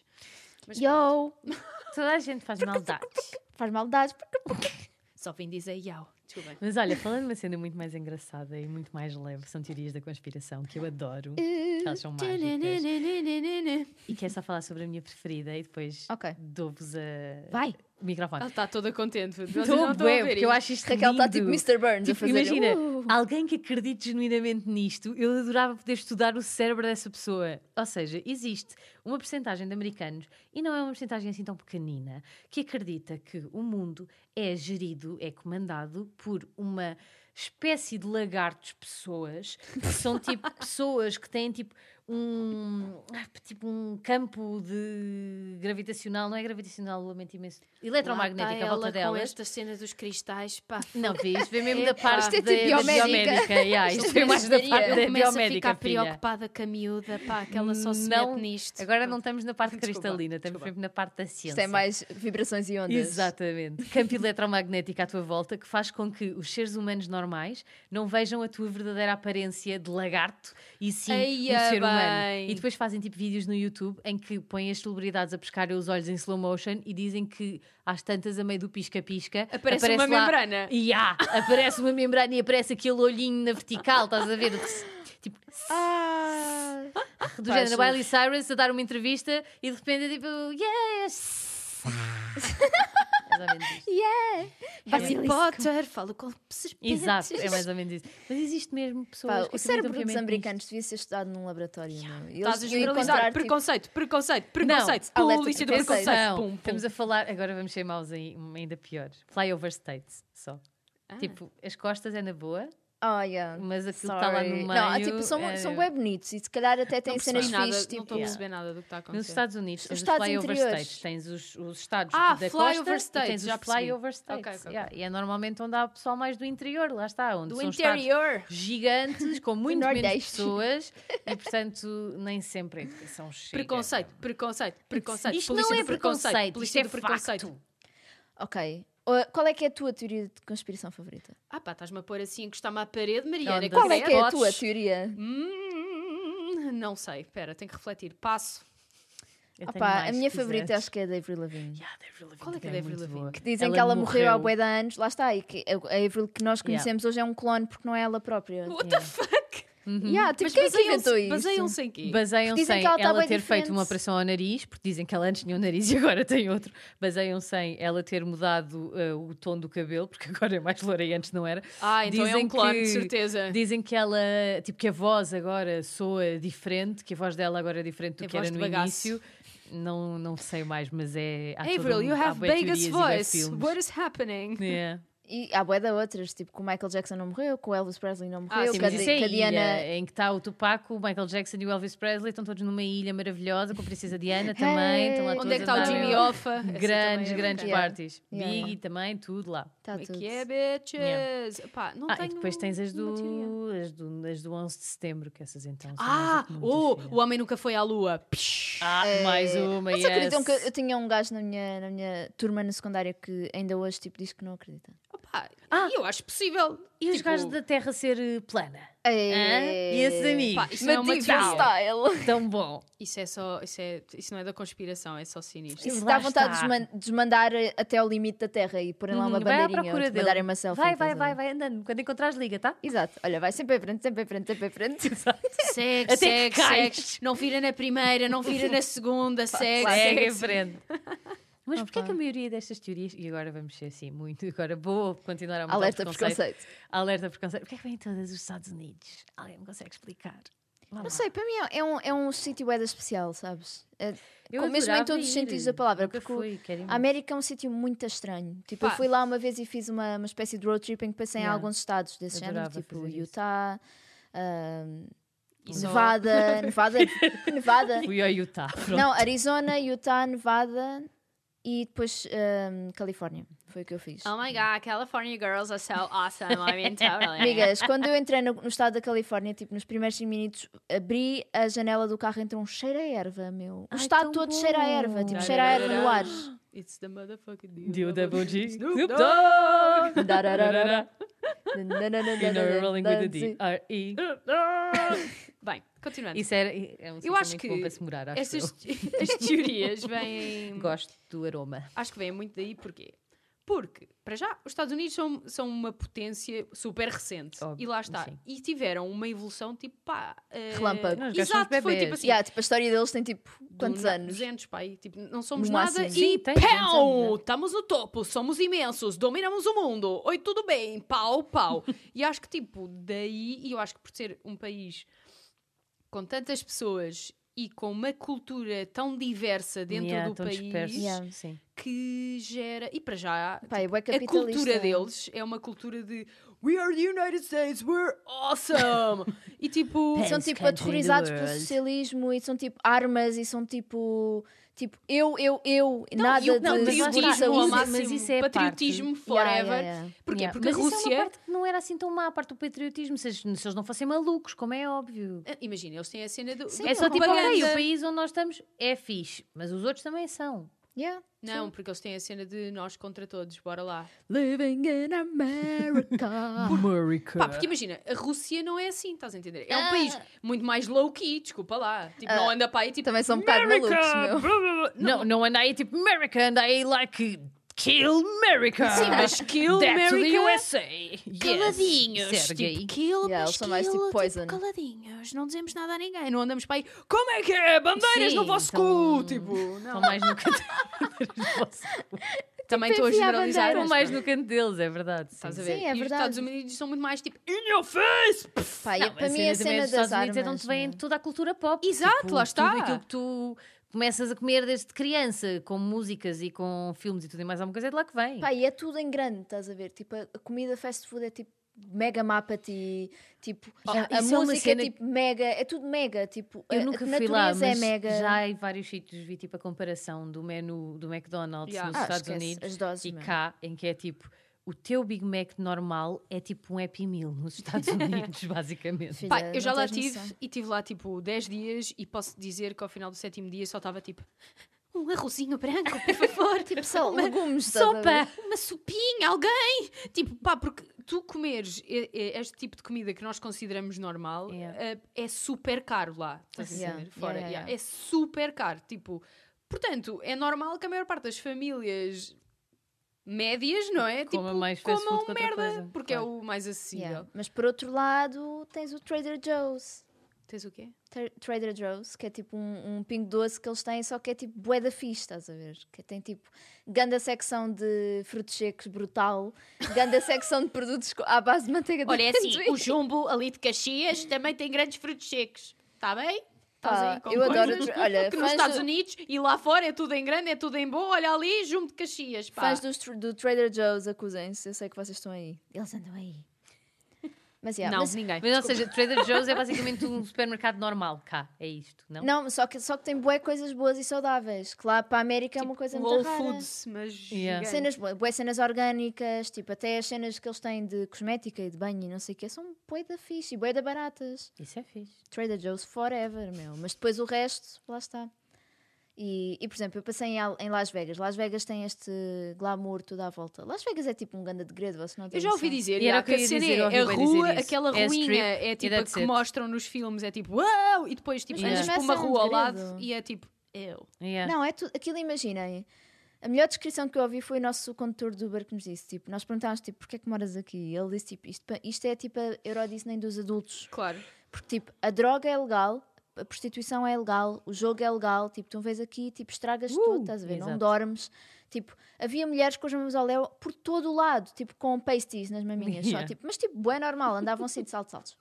Mas pronto, Yo! Toda a gente faz maldades. Faz maldades. só vim dizer yau, desculpem. Mas olha, falando de uma cena muito mais engraçada e muito mais leve, são teorias da conspiração que eu adoro. Elas são mágicas. E quero só falar sobre a minha preferida e depois Ok. dou-vos a... Vai! o microfone. Ela está toda contente, vocês não Estou estão a ver bué, porque isto. eu acho isto Raquel está tipo lindo. Mr. Burns a Tipo, fazer. imagina, uh. alguém que acredite genuinamente nisto, eu adorava poder estudar o cérebro dessa pessoa. Ou seja, existe uma percentagem de americanos, e não é uma percentagem assim tão pequenina, que acredita que o mundo é gerido, é comandado por uma espécie de lagartos pessoas, que são tipo pessoas que têm tipo um, ah, tipo um campo de gravitacional, não é gravitacional, lamento imenso, Lá eletromagnética está à volta ela com delas. esta cena dos cristais, pá. Não vi, isto vem mesmo É, da pá. parte Isto é da, tipo da biomédica. biomédica. yeah, isto foi mais da Isto é parte da Eu começo a biomédica, ficar filha. preocupada com a miúda, pá, que ela só se Não, mete nisto. Agora não estamos na parte Desculpa, cristalina, estamos desculpa. mesmo na parte da ciência. Isto é mais vibrações e ondas. Exatamente. Campo eletromagnético à tua volta que faz com que os seres humanos normais não vejam a tua verdadeira aparência de lagarto e sim Eia, um ser humano. bem. E depois fazem tipo vídeos no YouTube em que põem as celebridades a pescarem os olhos em slow motion e dizem que às tantas a meio do pisca-pisca Aparece uma lá- membrana. E há, aparece uma membrana e aparece aquele olhinho na vertical, estás a ver? Tipo, Ah, do Pá, género juro. Miley Cyrus a dar uma entrevista e de repente é tipo, yes! mais ou menos isto. Harry Basilisk. Potter, falo com serpentes. Exato, é mais ou menos isso. Mas existe mesmo pessoas Pá, que o acreditam cérebro dos piamente americanos devia ser estudado num laboratório. não é? Eles Estás a deviam generalizar. encontrar, tipo, Preconceito, preconceito, preconceito. Alerta de Polícia do nisto. preconceito. preconceito. Atenção, Pum, pum. Estamos a falar, agora vamos ser maus aí, ainda piores. Flyover states, só. Ah. Tipo, as costas é na boa, Oh, yeah. mas aquilo está um tá lá no Sorry. meio. Não, ah, tipo, são, é- são bem bonitos e se calhar até têm Não cenas percebi nada, fixes. não Tipo, estou a perceber nada do que tá está a Nos acontecer. Estados Unidos tens os, estados flyover interiores. states, tens os, os estados Ah, da flyover costa states, e tens já os percebi. flyover states. Ok, ok, ok. yeah, E é normalmente onde há pessoal mais do interior, lá está, onde Do são interior. estados gigantes, com muito menos Nordeste. pessoas e, portanto, nem sempre é a educação chega. Preconceito, preconceito, preconceito. Isto Polícia não é do preconceito. preconceito, isto Polícia é do preconceito. facto. ok. Uh, Qual é que é a tua teoria de conspiração favorita? Ah pá, estás-me a pôr assim, encostar-me à parede, Mariana. Onde? que Qual é que é a credo. tua teoria? Hum, Não sei, espera, tenho que refletir. Passo. Eu Ah tenho pá, mais, a minha se favorita quiseres. acho que é a da Avril Lavigne. Yeah, a Avril Lavigne Qual é que é também da Avril muito boa. Lavigne? Que dizem que ela morreu há bué de anos, lá está, e que a a Avril que nós Yeah. conhecemos hoje é um clone porque não é ela própria. What the fuck? Yeah, tipo, Mas quem é que inventou baseiam-se isso? baseiam-se em quê? Baseiam-se Dizem em que ela ela, tá bué ter feito diferente. uma operação ao nariz, porque dizem que ela antes tinha um nariz e agora tem outro. Baseiam-se em ela ter mudado eh, o tom do cabelo, porque agora é mais loura e antes não era. Ah, então é Dizem um clone, que- de certeza. Dizem que ela, tipo, que a voz agora soa diferente, que a voz dela agora é diferente do É que era voz de no bagaço. início. Não, não sei mais, mas é. há todo Avril, um- you há have bué teorias Vegas e bué voice. filmes. What is happening? É. E há bué de outras, tipo, que o Michael Jackson não morreu, que o Elvis Presley não Ah, sim, morreu, Sim, que, a, mas Cade- isso é que a Diana... ilha, em que está o Tupac, o Michael Jackson e o Elvis Presley, estão todos numa ilha maravilhosa com a Princesa Diana também. estão lá Onde todos Onde é que está a o dar Jimmy Hoffa? Essa Grandes, também é grandes bacana. Yeah. parties. Yeah. Biggie também, tudo lá. Tá Como é tudo. que é, bitches? Pá, não Ah, tenho e depois tens as nenhuma teoria. do, as do, as do 11 de setembro, que essas então são Ah, mais do que oh, eh, muitas, o homem nunca foi à lua. Psh. Ah, mais uma, Mas yes. acreditam que eu, eu tinha um gajo na minha, na minha turma no secundário que ainda hoje, tipo, diz que não acredita. Opa, Ah. eu acho possível. E os Tipo, gajos da Terra ser eh, plana? Hã? É... E esses amigos? Pá, isso não é uma Medieval teoria. style. Tão bom. Isso é só, isso, é, isso não é da conspiração, é só sinistro. Isso Lá dá vontade de está. desman- desmandar eh, até ao limite da terra e porem lá uma Hum, vai à bandeirinha ou procura te dele. mandarem uma selfie. Vai, estás vai, a vai, ver? vai andando. Quando encontrares, liga, tá? Exato. Olha, vai sempre em frente, sempre em frente, sempre em frente. Segue, Até segue, que cais. segue. Não vira na primeira, não vira na segunda, segue, claro. segue. Segue em frente. Mas porquê é Opa. que a maioria destas teorias, e agora vamos ser assim muito, agora vou continuar a mudar Alerta de preconceito. preconceito. Alerta preconceito. Porquê é que vêm todas os Estados Unidos? Alguém me consegue explicar? Lá Não lá. sei, para mim é um, é um sítio bué da especial, sabes? É- Eu com- mesmo em adorava todos os ir. sentidos da palavra, Nunca porque o- fui, quero ir a América é um sítio muito estranho. Pá. Tipo, eu fui lá uma vez e fiz uma, uma espécie de road trip em que passei Yeah. em alguns estados desse género, Adorava tipo fazer isso. Utah, ahm, E só- Nevada, Nevada, Nevada. muito. Fui ao Utah. Pronto. Não, Arizona, Utah, Nevada e depois ahm, Califórnia. Foi o que eu fiz. Ah. Oh my god, California girls are so awesome. I mean, totally. Amigas, quando eu entrei no, no estado da Califórnia, tipo, nos primeiros 5 minutos, abri a janela do carro e entrou um cheiro a erva, meu. O Ai, estado tão todo bom. cheira a erva, tipo, cheira a erva no ar. It's the motherfucking Deu double G. Snoop Snoop Dogg. Dogg. Dararara. You know we're rolling with the D. R E. Bem, continuando. Isso era, é um sítio acho muito que bom para se morar, acho Estas eu. as teorias vêm. Gosto do aroma. Acho que vêm muito daí porquê? Porque, para já, os Estados Unidos são, são uma potência super recente. Óbvio, e lá está. sim. E tiveram uma evolução tipo pá. eh, Relâmpago. Nós já somos Exato, foi bebés. tipo assim. Yeah, tipo, a história deles tem tipo do quantos na- anos? 200, pá. aí, tipo, não somos No nada máximo. e Sim, tem 200 anos, pão! né? Estamos no topo, somos imensos, dominamos o mundo. Oi, tudo bem, pau, pau. e acho que, tipo, daí, e eu acho que por ser um país com tantas pessoas e com uma cultura tão diversa dentro Yeah, do tão país dispersos. Yeah. Sim. que gera. E para já, tipo, Pá, é bué a capitalista. cultura deles é uma cultura de We are the United States, we're awesome! e tipo. Pens São country in tipo the aterrorizados pelo É world. socialismo e são tipo armas e são tipo. Tipo, eu, eu, eu, nada e o de não, mas lá está, tá patriotismo ao isso- mas máximo, isso é parte- patriotismo Yeah, forever. yeah, yeah. Porquê? Yeah. Porque Mas a isso é Rússia. uma parte que não era assim tão má, a parte do patriotismo, se, eles- se eles não fossem malucos, como é óbvio. Ah, Imagina, eles têm a cena do. Sim, da é só tipo, propaganda. ok, o país onde nós estamos é fixe, mas os outros também são. Yeah. Não, porque eles têm a cena de nós contra todos, bora lá. Living in America. Ah. America. Pá, porque imagina, a Rússia não é assim, estás a entender? É um país muito mais low-key, desculpa lá. Tipo, não anda para aí tipo. Também são um bocado malucos, meu. Não, não anda aí tipo America, anda aí like kill America. Sim, "Ah, mas kill Death to the America. tipo, USA. Caladinhos. tipo, Yes. Sergei. kill, Yeah, eles são mais tipo poison. caladinhos, não dizemos nada a ninguém, não andamos para aí, como é que é? Bandeiras Sim, no vosso então- cu! Tipo, não. Estão mais no canto deles. Também estou a enfiar generalizar. bandeiras. Estão mas mais pronto. no canto deles, é verdade. Estás a Sim, ver? é e os verdade. Estados Unidos são muito mais tipo, in your face! Pá, e Não, para mim a também cena dos das Estados Unidos é de armas, onde vem meu. toda a cultura pop. Tipo, Exato, lá está. Tudo aquilo que tu começas a comer desde criança, com músicas e com filmes e tudo e mais alguma coisa, é de lá que vem. Pá, e é tudo em grande, estás a ver? Tipo, a a comida fast food é tipo mega mapa ti, tipo, Ah, Oh, a, a isso é uma música cena- é tipo mega, é tudo mega, tipo, a- Eu nunca a fui natureza lá, mas é mega. já em vários sítios vi tipo a comparação do menu do McDonald's Yeah. nos Ah, Estados esquece, Unidos as doses, e meu. cá, em que é tipo o teu Big Mac normal é tipo um Happy Meal nos Estados Unidos, basicamente. Filha, Pá, eu é, não já lá tens tive noção. e tive lá tipo 10 dias e posso dizer que ao final do sétimo dia só estava tipo um arrozinho branco, por favor, tipo Só uma legumes, estás a ver? sopa, uma sopinha, alguém. Tipo, pá, porque tu comeres e- e- este tipo de comida que nós consideramos normal Yeah. eh, é super caro lá. Estás a Yeah, entender? Fora. yeah, yeah, yeah. É super caro. Tipo, portanto, é normal que a maior parte das famílias médias, não é? Coma tipo, mais fast comam food que outra merda, coisa, porque claro. é o mais acessível. Yeah. Mas por outro lado, tens o Trader Joe's. Tens o quê? Tra- Trader Joe's, que é tipo um, um pingo doce que eles têm, só que é tipo bué da fixe, estás a ver? Que tem tipo ganda secção de frutos secos brutal, ganda secção de produtos co- à base de manteiga de Olha, é assim, amendoim. o jumbo ali de Caxias também tem grandes frutos secos. Está bem? Estás Pá, aí com eu adoro coisas o tra- olha, que nos fãs Estados do- Unidos e lá fora é tudo em grande, é tudo em bom. Olha ali, jumbo de Caxias. Pá. Fãs dos tr- do, Trader Joe's, acusem-se, eu sei que vocês estão aí. Eles andam aí. Mas, yeah, não, mas- ninguém. Mas ou seja, Trader Joe's é basicamente um supermercado normal cá, é isto, não? não, só que, só que tem bué coisas boas e saudáveis, que lá para a América é uma coisa muito Tipo, Whole rara. Foods, mas. Yeah. gigante. Cenas, bué bué cenas orgânicas, tipo, até as cenas que eles têm de cosmética e de banho e não sei o quê, são bué da fixe e bué da baratas. Isso é fixe. Trader Joe's forever, meu. Mas depois o resto, lá está. E, e, por exemplo, eu passei em, Al- em Las Vegas. Las Vegas tem este glamour tudo à volta. Las Vegas é tipo um ganda de gredo, você não tem Eu já ouvi noção. dizer, E era já, o que eu que a ia cena dizer, eu ouvi é a bué dizer rua, isso. aquela É ruína strip, é and tipo a that's que it. mostram nos filmes, é tipo uau! E depois tipo, Mas andas não é por uma só um rua ao segredo. lado e é tipo eu. Yeah. Não, é tudo. Aquilo, imaginem. A melhor descrição que eu ouvi foi o nosso condutor do Uber que nos disse: tipo, nós perguntámos, tipo, porquê é que moras aqui? E ele disse: tipo, isto, pa- isto é tipo a Euro Disney dos adultos. Claro. Porque, tipo, a droga é legal, a prostituição é legal, o jogo é legal. Tipo, tu vês aqui, tipo, estragas Uh, tudo, estás a ver? exato. Não dormes. Tipo, havia mulheres com os mamilos por todo o lado, tipo, com pasties nas maminhas, Yeah. só, tipo, mas tipo, é normal, andavam assim de salto saltos.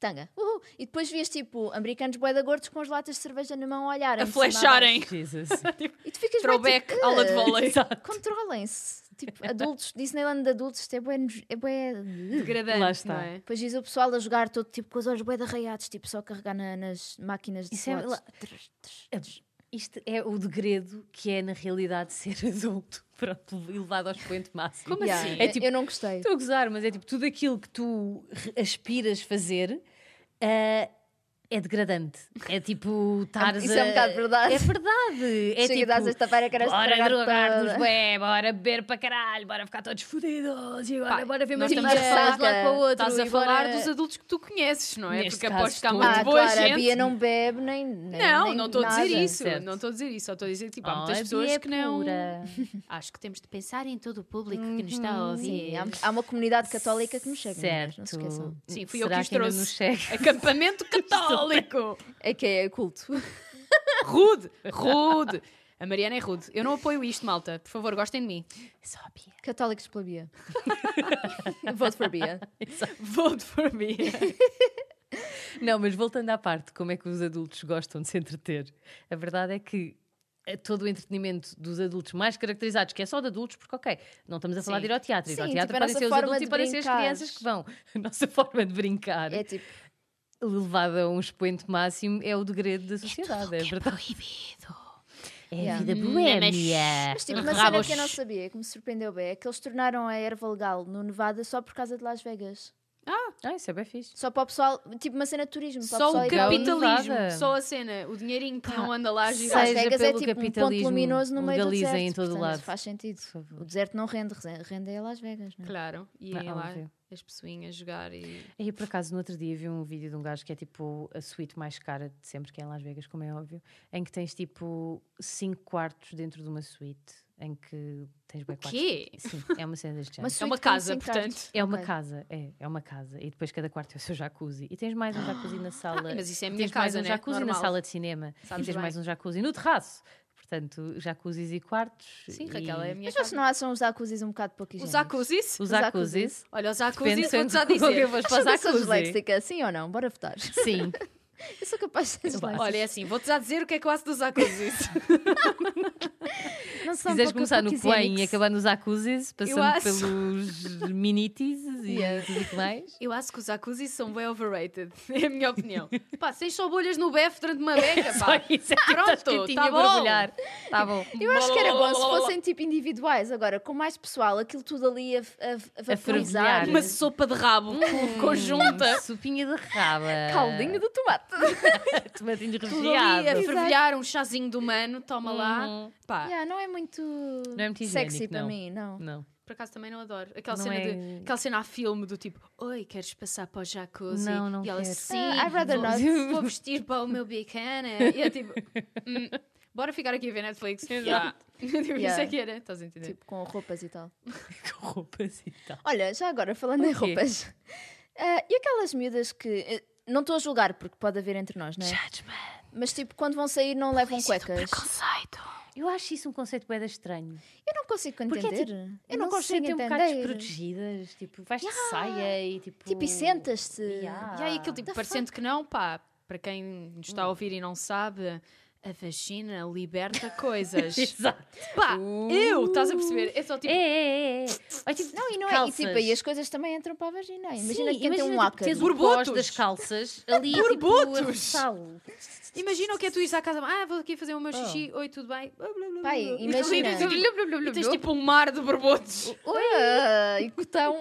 tanga. Uhul. E depois vias tipo americanos boeda gordos com as latas de cerveja na mão a olharem. A flecharem. Jesus. E tu ficas bué, Throwback, tipo, aula de "Ah, vôlei. Controlem-se. Tipo, adultos, Disneyland de adultos, é bué, nos- é bué... Degradante, Lá está. não é? Depois diz o pessoal a jogar todo tipo com os olhos bué de arraiados, tipo só a carregar na- nas máquinas de Isso é- slots. Isto é o degredo que é, na realidade, ser adulto. Pronto, elevado ao expoente máximo. Como Yeah. assim? É tipo- Eu não gostei. Estou a gozar, mas é tipo tudo aquilo que tu re- aspiras fazer ah, é degradante. É tipo estares isso é um a- bocado verdade. É verdade. É Chega tipo, dás esta feira que eras bora drogar-nos, bué, bora beber para caralho, bora ficar todos fodidos e agora Pá, bora ver nós umas estamos filhas a falar- de um lado para o outro. Estás a e falar bora- dos adultos que tu conheces, não é? Neste Porque caso, aposto que há tu. muito Ah, boa claro, gente. a Bia não bebe nem. nem Não, nem não estou a dizer nada. isso. Certo. Não estou a dizer isso. Só estou a dizer, tipo, há Oh, muitas a pessoas Bia é que não. pura. Acho que temos de pensar em todo o público que nos está Uhum. a Sim, ouvir. há, há uma comunidade católica que nos chega. meninas, Hum, Certo. Não se esqueçam. Sim, fui eu Será que os que ainda trouxe. nos chega? Acampamento católico! É que é culto. rude! Rude! A Mariana é rude. Eu não apoio isto, malta. Por favor, gostem de mim. Só a Bia. Católicos pela Bia. Vote for Bia. Vote for me. Não, mas voltando à parte, de como é que os adultos gostam de se entreter? A verdade é que eh, todo o entretenimento dos adultos mais caracterizados, que é só de adultos, porque ok, não estamos a falar Sim. de ir ao teatro. Ir ao Sim, teatro tipo, podem a nossa ser os forma adultos de e podem ser as brincar. crianças que vão. A nossa forma de brincar, É tipo, levada a um expoente máximo, é o degredo da sociedade, é, verdade. É Yeah. Hum, a vida boémia. mas tipo, uma cena que eu não sabia, que me surpreendeu bem, é que eles tornaram a erva legal no Nevada só por causa de Las Vegas. Ah, isso é bem fixe. Só para o pessoal, tipo uma cena de turismo. Para Só pessoal o ir para ali. capitalismo. Nada. Só a cena. O dinheirinho que Pá, não anda lá a girar. Las Seja Vegas é pelo tipo um ponto capitalismo, luminoso no meio do legalizem deserto. em todo portanto, lado. Faz sentido. Por favor. O deserto não rende, rende- rende é Las Vegas. Não é? Claro. E Ah, irem lá óbvio. as pessoinhas jogar e. E por acaso, no outro dia vi um vídeo de um gajo que é tipo a suíte mais cara de sempre, que é em Las Vegas, como é óbvio, em que tens tipo cinco quartos dentro de uma suíte, em que tens bem quartos. Quê? Sim, é uma cena deste género. suíte É uma com casa, cinco portanto. quartos. É uma Ok. casa, é, é uma casa. E depois cada quarto é o seu jacuzzi. E tens mais um jacuzzi na sala. mas isso é a e minha tens casa, mais um né? jacuzzi Normal. na sala de cinema. Sabes e tens bem. mais um jacuzzi no terraço. Portanto, jacuzzis e quartos. Sim, e... Raquel, é a minha Mas vocês casa. não acham os jacuzzis um bocado pouco Os higiênicos? jacuzzis? Os Os jacuzzis. Olha, os Depende jacuzzis, se eu vou-te já entro com dizer. alguém, vou Acham para que eu sou jacuzzi. disléxica, sim ou não? Bora votar. Sim. Eu sou capaz de ser Então disléxica. Olha, é assim, vou-te já dizer o que é que eu acho dos jacuzzis. Não Se quiseres começar no Coen e acabar nos jacuzzis, Eu passando acho. pelos minitis e tudo o que mais. Eu acho que os jacuzzis são bem overrated, é a minha opinião. Pá, sem só bolhas no BF durante uma beca, pá. Só isso é que Pronto, estás quietinha tá a bom. borbulhar. Tá bom. Eu acho que era bom se fossem tipo individuais, agora com mais pessoal, aquilo tudo ali a, a, a vaporizar. fervilhar. Hum, Uma sopa de rabo conjunta. Sopinha de raba. Caldinho Uhum. de tomate. Tomatinho Tudo ali a recheado. fervilhar um chazinho de humano, toma lá. Uhum. Pá, Yeah, não é muito, é muito sexy higiênico, para não. mim, não. Não. por acaso também não adoro. Aquela, Não cena, é- de, aquela cena a filme do tipo, oi, queres passar para o jacuzzi? Não, não e ela, quero. sim, Ah, I'd rather vou, not. vou vestir para o meu bicana. E é tipo, "Hum, bora ficar aqui a ver Netflix. Exato. Yeah. Tipo, Isso é Yeah. que era, estás a entender? Tipo com roupas e tal. Com roupas e tal. Olha, já agora, falando em O quê? roupas, ah, e aquelas miúdas que. eh, não estou a julgar, porque pode haver entre nós, não é? Mas tipo, quando vão sair, não levam é cuecas. Eu acho isso um conceito bem estranho. Eu não consigo entender. Porque é tipo, eu não sei, consigo tem um entender. bocado desprotegidas. Tipo, vais de saia e tipo. Tipo, e sentas-te. Yeah. E aí aquilo, tipo, the parecendo que não, pá, para quem nos está a ouvir e não sabe, a vagina liberta coisas. Exato. pá, Uh. eu, estás a perceber? É só É, tipo, é, é. Olha, tipo, Não, e não é. E, calças. tipo, aí as coisas também entram para a vagina. Imagina Sim, que tem um imagina, tipo, ácaro. teres o Borbotos. É pós das calças ali Borbotos. tipo, a arrasá-lo. imagina o que é tu ires à casa, ah, vou aqui fazer o meu xixi, oi, tudo bem? Blá, blá, um blá, Pai, blá, blá. imagina. E tu tens, tipo, e tens tipo um mar de borbotos. tipo, Oi, e cotão.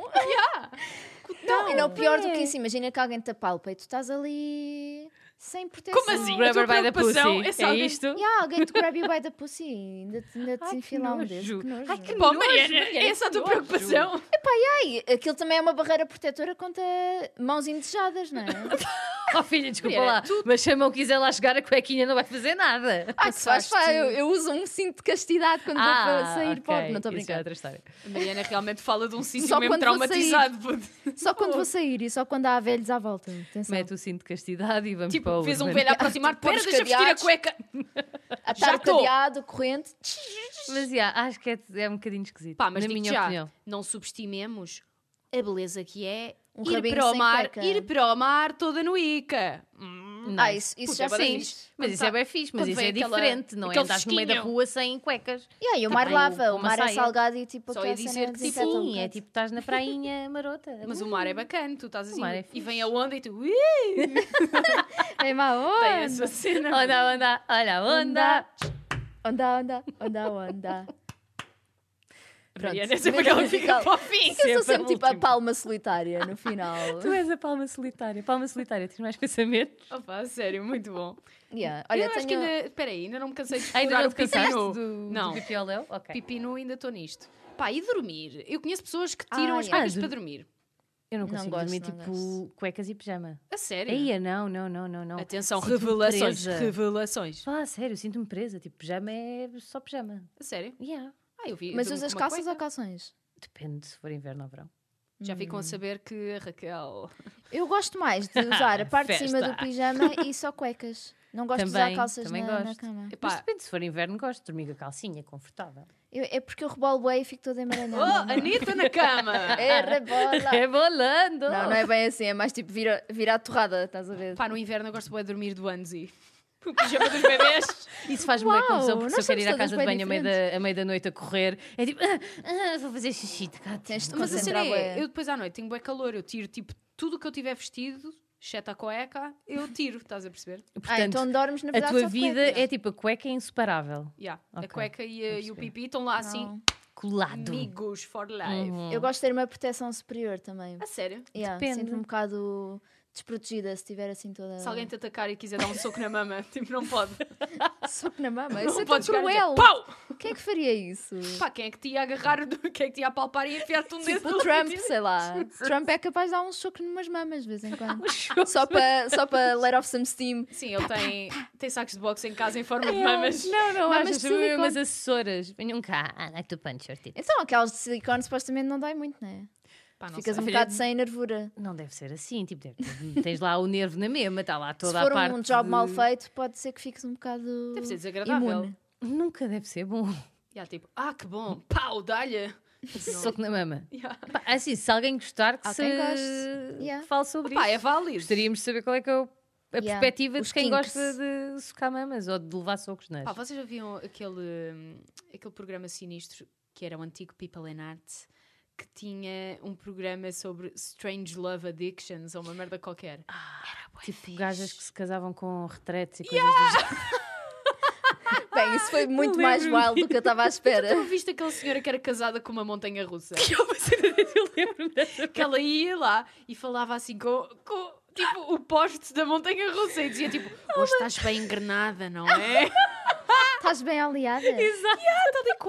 Não, e não, pior do que isso. Imagina que alguém te apalpa e tu estás ali sem proteção. Como assim? A tua Rubber by the preocupação pussy. é se É, alguém- isto? E há alguém te grab you by the pussy e ainda te, ainda te Ai, que enfila um nojo. dedo. Que nojo. Ai, que Bom, nojo, Mariana, Mariana, é essa a tua que nojo. preocupação? Ai, aquilo também é uma barreira protetora contra mãos indesejadas, não é? Oh filha, desculpa Mariana, lá, mas se a mão quiser lá chegar, a cuequinha não vai fazer nada. Ah, que se faz, pá, eu, eu uso um cinto de castidade quando Ah, vou para sair Ah, ok, pobre, não estou a isso é brincar. outra história. A Mariana realmente fala de um sítio Só mesmo quando vou sair. traumatizado. puto. Só quando vou sair e só quando há velhos à volta. Atenção. Mete o cinto de castidade e vamos para Tipo, o fez um Urban. velho a aproximar, pera, os deixa vestir a cadeados. cueca. Atar o tô. cadeado, corrente. Mas yeah, acho que é, é um bocadinho esquisito. Pá, mas na digo minha já, opinião. não subestimemos a beleza que é um ir rabinho para o sem mar, cueca. ir para o mar toda no Ica. Hum, Não. Ah, isso, isso Puta, já é bué da sei. fixe. Mas Quando isso tá- é bem fixe, mas quando isso vem é aquela- diferente, não é? aquele Estás no meio da fresquinho. rua sem cuecas. Yeah, e o mar Também, lava, com o uma mar é saia. salgado e tipo Só aquela ia dizer cena que, desinfeta tipo, um Sim, é bocado. tipo, estás na prainha marota. Uh! Mas o mar é bacana, tu estás O assim mar é e fixe. vem a onda e tu ui, É má tem onda. a sua cena. Onda, onda, olha, a onda. Onda, onda, onda, onda. Pronto. Pronto. É sempre aquela que fica para o fim. Eu sou sempre a tipo a última. palma solitária no final. Tu é- és a palma solitária. Palma solitária, tens mais pensamentos? Opa, sério, muito bom. Yeah. Olha, eu acho que tenho- ainda. Espera aí, ainda não me cansei de Ainda explorar não o te cansaste pipinu. do, Não. do pipi ao léu? Ok. Pipi nu, ainda estou nisto. Pá, e dormir? Eu conheço pessoas que tiram Ah, as é. cuecas Ah, para dur- dormir. Eu não Não consigo gosto, dormir, não tipo, gosto. cuecas e pijama. A sério. Eia, não, não, não, é não, não. Atenção, Sinto-me revelações, presa. revelações. Fala a sério, sinto-me presa. Tipo, pijama é só pijama. A sério. Yeah. Ah, eu vi. eu Mas durmo usas com uma calças cueca. ou calções? Depende se for inverno ou verão. Já ficam a saber que a Raquel. Eu gosto mais de usar a parte de cima Festa. do pijama e só cuecas. Não gosto de usar Também, calças também na, na gosto. cama. Mas Epá, depende, se for inverno, gosto de dormir com a calcinha, confortável. Eu- é porque eu rebolo bem e fico toda oh, emaranhada. Anitta na cama! É rebola. Rebolando! Não, não é bem assim, é mais tipo vira, virar torrada, estás a ver? Pá, no inverno eu gosto bué de dormir do onesie. O pijama dos bebês. Isso faz-me uma Uau, confusão, porque se eu nós quero ir somos à casa de todas bem banho a meio, da, a meio da noite a correr, é tipo, "Ah, ah, vou fazer xixi, de gato." Tens de Mas a cena concentrar é, bué. eu depois à noite tenho bué calor, eu tiro tipo tudo o que eu tiver vestido, exceto a cueca, eu tiro, estás a perceber? Ah, Portanto, então dormes na a verdade tua só de cuecas. vida é tipo, a cueca é inseparável. Yeah. Ok, A cueca e, a- e o percebi. pipi estão lá Não. assim, Colado. amigos for life. Uhum. Eu gosto de ter uma proteção superior também. A sério? Yeah, Depende. Sinto-me um bocado desprotegida se estiver assim toda. Se alguém te atacar e quiser dar um soco na mama, tipo, não pode. Soco na mama, não isso é tão pode chegar e dizer, cruel. Pau! Quem é que faria isso? Pá, quem é que te ia agarrar, do- quem é que te ia apalpar e enfiar-te um dedo Tipo o no Trump, ouvido? sei lá. Trump é capaz de dar um choque numas mamas de vez em quando. só para só para let off some steam. Sim, ele tem, tem sacos de boxe em casa em forma É. de mamas. Não, não, Mamas achas de mesmo silicone. umas assessoras. Venham cá, ah, I like to punch your tits. Então, aquelas de silicone supostamente não dói muito, né? Pá, não Ficas sei. um bocado sem nervura. Não deve ser assim, tipo, deve- tens lá o nervo na mesma, está lá toda Se for a parte. um job de- mal feito, pode ser que fiques um bocado. Deve ser desagradável. Imune. Nunca deve ser bom. E há tipo, ah, que bom, pau, dá-lhe. Soco na mama. Yeah. Pá, assim, se alguém gostar, que Há se quem goste. Yeah. fale sobre Pá, é isso. válido. Gostaríamos de saber qual é que é o- a Yeah. perspectiva Os de quem kinks. Ah, gosta de socar mamas ou de levar socos é? nas. Pá, vocês já viam aquele, hum, aquele programa sinistro que era o antigo People in Art? Que tinha um programa sobre Strange Love Addictions ou uma merda qualquer. tipo, gajas que se casavam com retretes e coisas do género. Bem, isso foi muito mais lembro-me wild do que eu estava à espera. Tu viste aquela senhora que era casada com uma montanha russa? Eu lembro-me dessa. Que ela ia lá e falava assim com, com tipo, o poste da montanha russa e dizia tipo: Hoje estás bem engrenada, não é? Estás bem aliada. E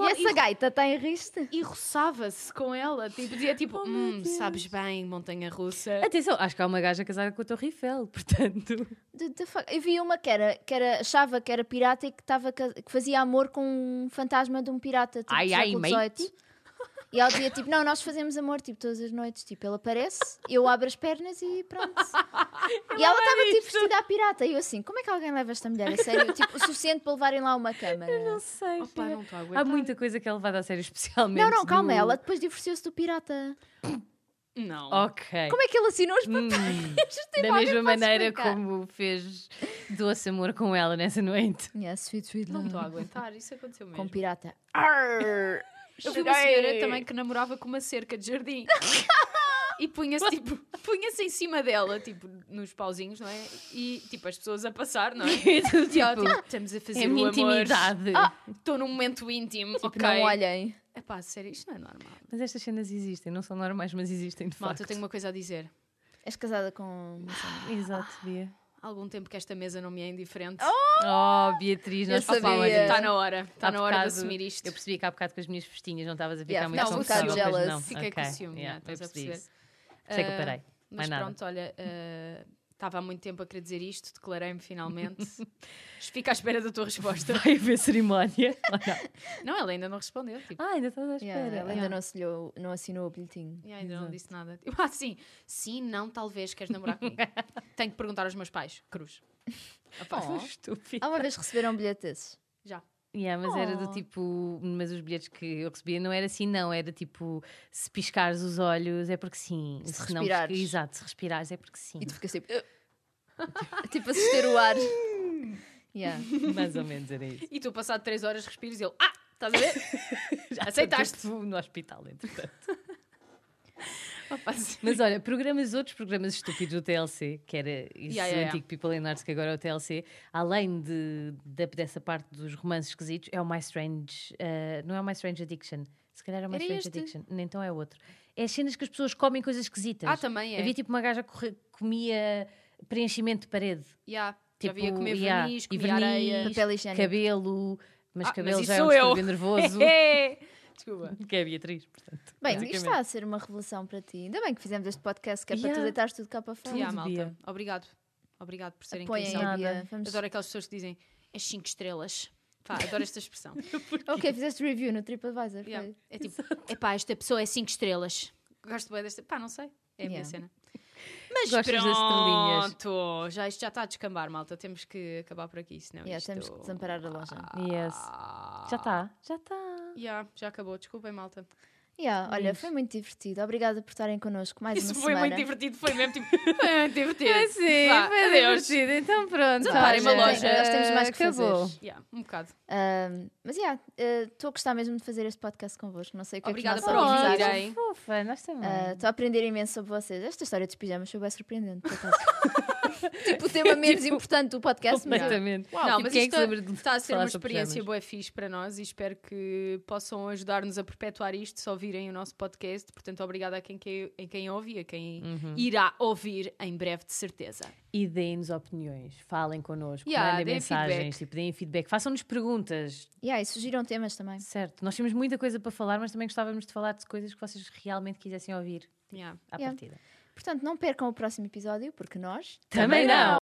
essa gaita tem riste? E roçava-se com ela, tipo, dizia tipo: Hum, sabes bem, montanha russa. Atenção, acho que há uma gaja casada com a Torre Eiffel, portanto. The- the fuck? Eu vi uma que era, que era achava que era pirata e que, tava, ca- que fazia amor com um fantasma de um pirata, tipo, Ai, do ai, século mate. XVIII. E ela dizia tipo, não, nós fazemos amor tipo todas as noites, tipo, ele aparece, eu abro as pernas e pronto. e ela estava tipo vestida a pirata e eu assim, como é que alguém leva esta mulher a sério? Tipo, o suficiente para levarem lá uma câmara. Não sei. Opa, não estou a aguentar. Há muita coisa que é levada a sério, especialmente. Então Não, não, calma, do- ela depois divorciou-se do pirata. Não. Ok. Como é que ele assinou os Hum. papéis? Tipo, da alguém mesma pode maneira explicar? como fez doce amor com ela nessa noite. Yeah, sweet, sweet Não estou a love. aguentar, isso aconteceu mesmo. Com pirata. Eu vi uma senhora também que namorava com uma cerca de jardim. E punha-se tipo, punha-se em cima dela, tipo, nos pauzinhos, não é? E tipo, as pessoas a passar, não é? E ela, tipo, estamos a fazer É a o minha amor. intimidade. Ah! Tipo, Estou num momento íntimo, ok? Não olhem. Epá, sério, isto não é normal. Mas estas cenas existem, não são normais, mas existem de Malta, fato. eu tenho uma coisa a dizer. És casada com. uma cena. Exato, Bia. Há algum tempo que esta mesa não me é indiferente. Oh, Beatriz, nós Eu sabia. falávamos Yeah. Está na hora, está Tá Há na hora de bocado- assumir isto. Eu percebi que há bocado com as minhas festinhas não estavas a ficar Yeah, muito fiquei um confortável. bocado mas jealous. não. Fiquei com Ok, ciúme, yeah, yeah, estás eu a percebi perceber. isso. Por isso é que eu Ah, parei. Mas Mais nada. pronto, olha, eh, estava há muito tempo a querer dizer isto, declarei-me finalmente. Fico à espera da tua resposta. Vai haver cerimónia. Ou não? Não, ela ainda não respondeu. Tipo, ah, ainda estás à espera. Yeah, ela ainda yeah. não assinou, não assinou o bilhetinho. e ainda não disse nada. Tipo, ah, sim, sim, não, talvez, queres namorar comigo? Tenho que perguntar aos meus pais. Cruz. Opa, Oh, estúpido. Há uma vez receberam um bilhete desses. Já. Yeah, mas era do Oh. tipo. Mas os bilhetes que eu recebia não era assim, não. Era tipo, se piscares os olhos é porque sim. Se não respirares. pisca- exato, se respirares é porque sim. E tu ficas tipo. tipo a suster o ar. Yeah. Mais ou menos era isso. E tu, passado 3 horas, respiras e ele, ah, estás a ver? Já Aceitaste. estou no hospital, entretanto. Opa, assim. Mas olha, programas, outros programas estúpidos do TLC, que era isso, Yeah, yeah, o antigo People in Arts, que agora é o TLC, além de, da- dessa parte dos romances esquisitos, é o My Strange. eh, não é o My Strange Addiction. Se calhar é o My Era Strange este? Addiction. Nem então é outro. É as cenas que as pessoas comem coisas esquisitas. Ah, também é. Havia tipo uma gaja que corre- comia preenchimento de parede, Yeah, tipo, já via comer yeah, verniz, e comia verniz. areia. Papel higiênico. cabelo. Mas Ah, mas cabelo já isso é um sou eu. É. distúrbio nervoso. Desculpa. que é a Beatriz, portanto. Bem, basicamente. isto está a ser uma revelação para ti. Ainda bem que fizemos este podcast, que é para Yeah. tu deitares tudo cá para fora. Yeah, malta. Bia. Obrigado. Obrigado por serem quem Apoiem são. a Nada. Bia. Vamos... Adoro aquelas pessoas que dizem as 5 estrelas. Pá, adoro esta expressão. Ok, fizeste review no TripAdvisor. foi? Yeah. É tipo, epá, esta pessoa é 5 estrelas. Gosto bem desta. Pá, não sei. É a minha Yeah. cena. Mas Gostas das estrelinhas. pronto, já, isto já está a descambar, malta. Temos que acabar por aqui, senão Yeah, isto... Ah, temos que desamparar tá. a loja. Yes. Já está, já está. Yeah, já acabou, desculpem, malta. Yeah, olha, foi muito divertido. Obrigada por estarem connososco mais Isso uma foi semana. muito divertido, foi mesmo tipo. Foi muito divertido. Foi sim, Vá, foi adeus. divertido. Então pronto. Desaparem uma olha, loja. Tá, Nós temos mais que acabou. fazer. Yeah, um bocado. Ahm, mas, yeah, eh, estou a gostar mesmo de fazer este podcast convosco. Não sei o que Obrigada é que por nós ouvir, ouvintes acham. hein? Fofa, nós também. Ah, Estou a aprender imenso sobre vocês. Esta história dos pijamas foi bem surpreendente, por acaso. tipo, o tema menos importante do podcast, mas Completamente. Uau, E mas quem é isto que se lembra de está a ser falar uma sobre experiência pijamas? boa fixe para nós e espero que possam ajudar-nos a perpetuar isto se ouvirem o nosso podcast. Portanto, obrigada a quem, que- a quem ouve e a quem Uhum. irá ouvir em breve, de certeza. E deem-nos opiniões, falem connosco, Yeah, mandem deem mensagens, feedback. tipo, deem feedback, façam-nos perguntas, yeah, e surgiram temas também. certo? Nós temos muita coisa para falar, mas também gostávamos de falar de coisas que vocês realmente quisessem ouvir Yeah. à Yeah. partida. Portanto, não percam o próximo episódio, porque nós Também não!